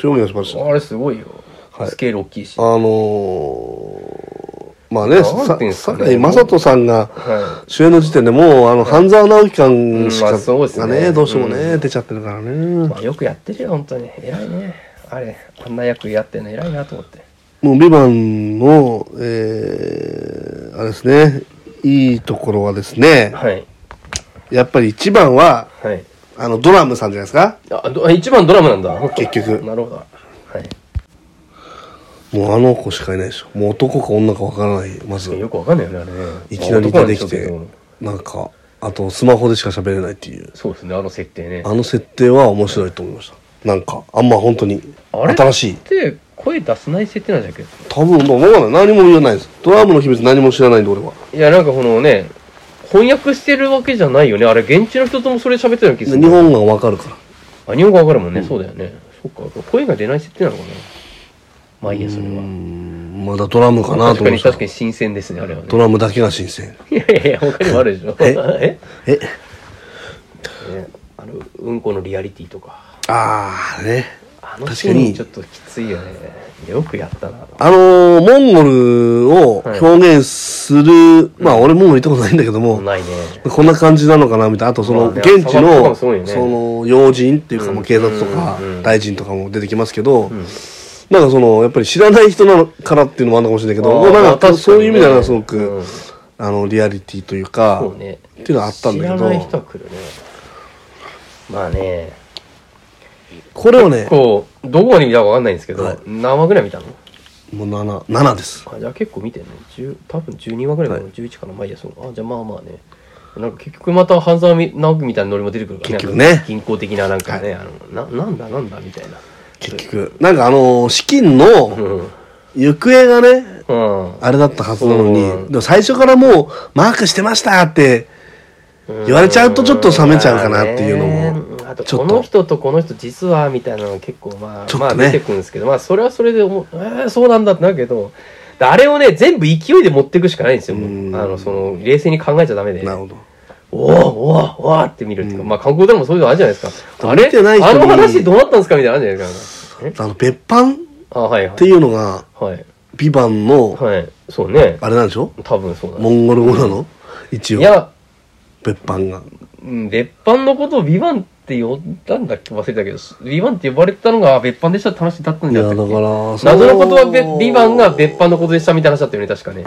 Speaker 1: 表現は素晴らしい。
Speaker 2: あれすごいよ。
Speaker 1: はい
Speaker 2: スケール大きいし。
Speaker 1: あ
Speaker 2: は
Speaker 1: のー、まあね、
Speaker 2: なんていうんですか
Speaker 1: さ
Speaker 2: ね
Speaker 1: 堺雅人さんが、
Speaker 2: い。
Speaker 1: 主演の時点でもう、あの、半沢直樹感し
Speaker 2: うんまあ
Speaker 1: か、
Speaker 2: そうです
Speaker 1: が
Speaker 2: ね
Speaker 1: ね、どうしてもね、出ちゃってるからね。
Speaker 2: まあよくやってるよ、本当に。偉いね。あれ、あんな役やってるの偉いなと思って。
Speaker 1: もう、ビバンの、えー、あれですね、いいところはですね、
Speaker 2: はい。
Speaker 1: やっぱり一番は、
Speaker 2: はい。
Speaker 1: あの、ドラムさんじゃないですか
Speaker 2: あ、ど一番ドラムなんだ。
Speaker 1: 結局。
Speaker 2: なるほど。はい。
Speaker 1: もうあの子しかいないでしょもう男か女かわからないまず
Speaker 2: よくわかんないよね、あれね。
Speaker 1: いきなり出てきて
Speaker 2: まあ男なんでしょうけど
Speaker 1: なんかあとスマホでしか喋れないっていう
Speaker 2: そうですね、あの設定ね。
Speaker 1: あの設定は面白いと思いましたなんかあんま本当に
Speaker 2: あれ
Speaker 1: 新しい
Speaker 2: で、声出せない設定なんじゃっけ
Speaker 1: 多分もう分かんない何も言わないですドラムの秘密何も知らないんで俺はい
Speaker 2: や、なんかこのね、翻訳してるわけじゃないよね。あれ、現地の人ともそれ喋ってるような気
Speaker 1: 日
Speaker 2: する。
Speaker 1: 本が分かるから
Speaker 2: あ、日本語わかるもんね、そうだよね。そっか、声が出ない設定なのかな。まあいいや、それ
Speaker 1: うー
Speaker 2: は。
Speaker 1: んまだドラムかなと
Speaker 2: 確か
Speaker 1: 思っ
Speaker 2: に、
Speaker 1: てた
Speaker 2: 確かに新鮮ですね、あれはね
Speaker 1: ド。ラムだけが新鮮
Speaker 2: いやいやいや、他にもあるでしょ。
Speaker 1: え
Speaker 2: え
Speaker 1: え
Speaker 2: ねあの、うんこのリアリティとか。
Speaker 1: ああね
Speaker 2: あの
Speaker 1: 確
Speaker 2: シ
Speaker 1: か
Speaker 2: ー
Speaker 1: に
Speaker 2: ンちょっときついよね。よくやったな。
Speaker 1: あのーモンゴルを表現する、まあ俺モンゴル行ったことないんだけども、
Speaker 2: ないね。
Speaker 1: こんな感じなのかなみたいなあとその
Speaker 2: まあね
Speaker 1: 現地
Speaker 2: 砂漠とか
Speaker 1: の
Speaker 2: もすごいよね
Speaker 1: その要人っていうかもう警察とか
Speaker 2: うんうん
Speaker 1: 大臣とかも出てきますけど
Speaker 2: ん
Speaker 1: なんかそのやっぱり知らない人なのからっていうのもあるのかもしれないけど
Speaker 2: あ
Speaker 1: も
Speaker 2: ー
Speaker 1: うなん
Speaker 2: まあ確か
Speaker 1: か
Speaker 2: にね
Speaker 1: そういう意味ではすご
Speaker 2: う
Speaker 1: く
Speaker 2: ん
Speaker 1: あのリアリティというか
Speaker 2: そうね。
Speaker 1: っていうのはあったんだけ
Speaker 2: 知らない人
Speaker 1: ど
Speaker 2: は来るね。まあね。
Speaker 1: これをね
Speaker 2: こう、どこまで見たかわかんないんですけど、
Speaker 1: はい
Speaker 2: 何話ぐらい見たの
Speaker 1: もう 7, 7です
Speaker 2: あじゃあ結構見てんね10多分12話ぐらいかな、
Speaker 1: はい
Speaker 2: 11かなまあいいやそうあじゃあまあまあねなんか結局また半沢直樹みたいなノリも出てくるから
Speaker 1: 結局ね
Speaker 2: なんか銀行的ななんかね、あのななんだなんだみたいな
Speaker 1: 結局なんかあのー資金の
Speaker 2: うん、うん、
Speaker 1: 行方がね
Speaker 2: 言
Speaker 1: あれだったはずなのに
Speaker 2: うん
Speaker 1: でも最初からもうマークしてましたって言われちゃうとちょっと冷めちゃうかなっていうのも
Speaker 2: あと
Speaker 1: ちょ
Speaker 2: こ
Speaker 1: っと
Speaker 2: の人とこの人実はみたいなの結構まあ、
Speaker 1: ちょっとね
Speaker 2: まあ出てくるんですけどまあそれはそれで思う、えーそうなんだってなるけどであれをね全部勢いで持っていくしかないんですよも
Speaker 1: うん
Speaker 2: うあのその冷静に考えちゃダメで
Speaker 1: なるほど
Speaker 2: おーおーおーって見るっていうか、まあ韓国ドラマそういうのあるじゃないですか。あれ
Speaker 1: 見てない人
Speaker 2: あ
Speaker 1: に
Speaker 2: の話どうなったんですかみたいなのあるじゃないですか。え
Speaker 1: あの別班
Speaker 2: あ、はいは
Speaker 1: って
Speaker 2: い。
Speaker 1: いうのが
Speaker 2: はい。
Speaker 1: 「ビバンの
Speaker 2: はい。そうね。
Speaker 1: あれなんでしょ
Speaker 2: 多分そうだ、
Speaker 1: モ
Speaker 2: ね。
Speaker 1: ンゴル語なの一
Speaker 2: い
Speaker 1: 応
Speaker 2: や、
Speaker 1: 別班が
Speaker 2: うん別班のことをビバンって呼んだんだっけ忘れたけど、ビバンって呼ばれてたのが別班でしたって話だったん
Speaker 1: い
Speaker 2: じゃ
Speaker 1: や
Speaker 2: な
Speaker 1: だ
Speaker 2: い
Speaker 1: から
Speaker 2: ですか。
Speaker 1: 謎
Speaker 2: 謎のことはべビバンが別班のことでしたみたいな話だったよね、確かね。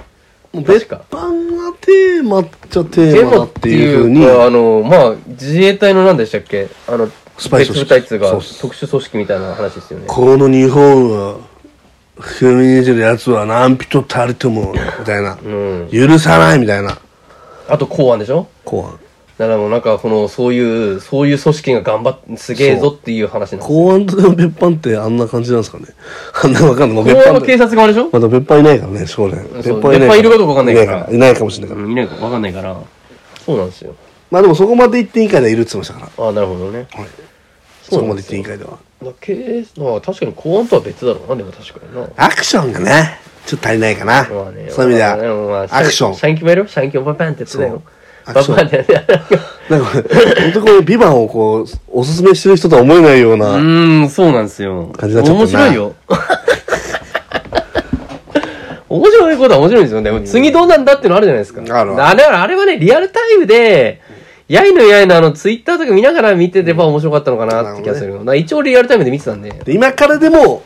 Speaker 1: 別班がテーマっちゃテーマだっていうふうに
Speaker 2: でもっていうかあの、まあ、自衛隊の何でしたっけあの、
Speaker 1: スパイ組織
Speaker 2: 別部隊っていうか
Speaker 1: そう
Speaker 2: 特
Speaker 1: っす
Speaker 2: 殊組織みたいな話ですよね。
Speaker 1: この日本は踏みにじるやつは何人たりともみたいな
Speaker 2: うん。
Speaker 1: 許さないみたいな
Speaker 2: あと公安でしょ
Speaker 1: 公安
Speaker 2: だからもうなんかこのそういうそういう組織が頑張ってすげえぞっていう話なんですよ
Speaker 1: 公安と別班ってあんな感じなんですかねあんなわかんないもう
Speaker 2: 公
Speaker 1: 別
Speaker 2: 安
Speaker 1: 班
Speaker 2: は
Speaker 1: っ
Speaker 2: 警
Speaker 1: て
Speaker 2: 察側でしょ、
Speaker 1: まだ別班いないからね少年
Speaker 2: そう
Speaker 1: 別班いない
Speaker 2: 別班いるかどうかわかんないから
Speaker 1: いないかもしれないから
Speaker 2: うん、いないかわかんないからそうなんですよ
Speaker 1: まあでもそこまで行っていいからいるって言ってましたか
Speaker 2: ああなるほどねだから
Speaker 1: はい
Speaker 2: そ
Speaker 1: そうこ
Speaker 2: な
Speaker 1: ま
Speaker 2: ん
Speaker 1: で
Speaker 2: で
Speaker 1: す行っていいからでは
Speaker 2: 警まあ確かに公安とは別だろうなでも確かにな
Speaker 1: アクションがねちょっと足りないかな、
Speaker 2: まあね
Speaker 1: そういう意味では、
Speaker 2: まあねまあ
Speaker 1: アクション
Speaker 2: シャンキもやるよシャンキもババンってやつだよ
Speaker 1: そう
Speaker 2: バ
Speaker 1: アクション
Speaker 2: バンってやつだよ
Speaker 1: なんか本当こうビバンをこうおすすめしてる人とは思えないよう
Speaker 2: う
Speaker 1: な、
Speaker 2: ーんそうなんですよ
Speaker 1: 感じになっちゃったな
Speaker 2: 面白いよ 面白いことは面白いんですよね。次どうなんだってのあるじゃないですか。
Speaker 1: ある
Speaker 2: あれは、あれはね、リアルタイムで、やいのやいのあの、ツイッターとか見ながら見てれば面白かったのかなって気がするよ。な一応リアルタイムで見てたんで。
Speaker 1: で今からでも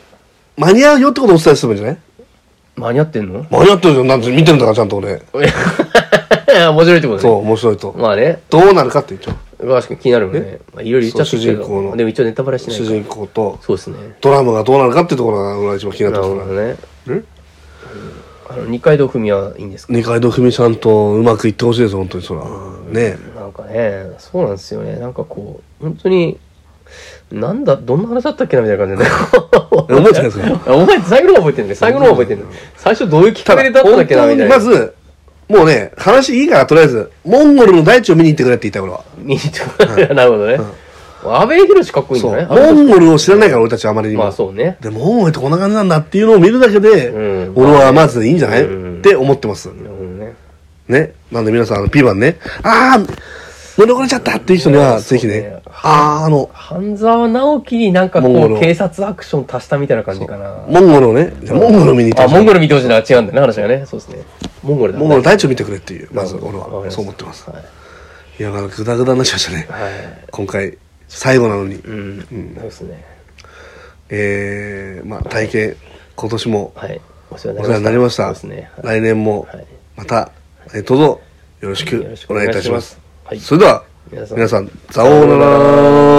Speaker 1: 間に合うよってことをお伝えすればいいんじゃない
Speaker 2: 間に合ってん の
Speaker 1: 間に合ってるじゃんなんて見てるんだからちゃんと俺
Speaker 2: 面白いってことね。
Speaker 1: そう面白いと、
Speaker 2: まあね、
Speaker 1: どうなるかって一応
Speaker 2: 確かに気になるよね。まあいろいろ言っちゃってるけ
Speaker 1: そう主人公
Speaker 2: ど。
Speaker 1: の
Speaker 2: でも一応ネタバレしない
Speaker 1: 主
Speaker 2: から。
Speaker 1: 人公と
Speaker 2: そうですね。
Speaker 1: ドラムがどうなるかってところが俺は一番気に
Speaker 2: な
Speaker 1: なって
Speaker 2: るほ
Speaker 1: ますか
Speaker 2: どね。
Speaker 1: らん
Speaker 2: あの、二階堂ふみはいいんですか
Speaker 1: 二階堂ふみさんとうまくいってほしいです本当にそらね
Speaker 2: なんかね、そうなんですよね。なんかこう、本当に、なんだ、どんな話だったっけなみたいな感じでね。
Speaker 1: え 覚えてないですか
Speaker 2: お前、最後の方覚えてんね。最後の方覚えてんね。最初どういうきっかけでだったんだっ
Speaker 1: 本
Speaker 2: けな
Speaker 1: 当
Speaker 2: み
Speaker 1: に
Speaker 2: たいな。
Speaker 1: まずもうね話いいからとりあえずモンゴルの大地を見に行ってくれって言ったよ俺は
Speaker 2: 見に行 ってなるほどね。安倍博士かっこいいんじ
Speaker 1: そ
Speaker 2: ゃ
Speaker 1: う
Speaker 2: ない
Speaker 1: モンゴルを知らないから俺たちはあまりにも、
Speaker 2: まあそうね。
Speaker 1: でもモンゴルってこんな感じなんだっていうのを見るだけで、
Speaker 2: うん
Speaker 1: 俺はまずいいんじゃない、
Speaker 2: うん
Speaker 1: って思ってます、
Speaker 2: なるほどね。
Speaker 1: ねなんで皆さんあのピーバンねああ乗り遅れちゃったっていう人にはぜひね
Speaker 2: そうね
Speaker 1: あああの
Speaker 2: 半沢直樹になんかこ
Speaker 1: モンゴル
Speaker 2: う、警察アクション足したみたいな感じかな。
Speaker 1: モンゴルをねじゃあモンゴルを見に行って
Speaker 2: あ、
Speaker 1: ほしい
Speaker 2: モンゴル見てほしいな。違うんだよね、話がね。そうですね。モンゴルだ
Speaker 1: モンゴルの大地を見てくれっていうまず俺
Speaker 2: わかり
Speaker 1: は
Speaker 2: ました
Speaker 1: そう思ってます
Speaker 2: はい
Speaker 1: いやなんかグダグダになっちゃいましたね
Speaker 2: はい。
Speaker 1: 今回最後なのに、
Speaker 2: うん。そうですね。
Speaker 1: えー、まあ体験今年も
Speaker 2: はい。お世
Speaker 1: お世話になりました
Speaker 2: そうですね。はい
Speaker 1: 来年も
Speaker 2: はい
Speaker 1: またえーどうぞよろし
Speaker 2: よろ
Speaker 1: く
Speaker 2: しく
Speaker 1: お
Speaker 2: お
Speaker 1: 願
Speaker 2: 願
Speaker 1: い
Speaker 2: い
Speaker 1: いた
Speaker 2: いた
Speaker 1: し
Speaker 2: し
Speaker 1: ま
Speaker 2: ますすはい
Speaker 1: それでは
Speaker 2: 皆さん
Speaker 1: 皆さんザオーナラー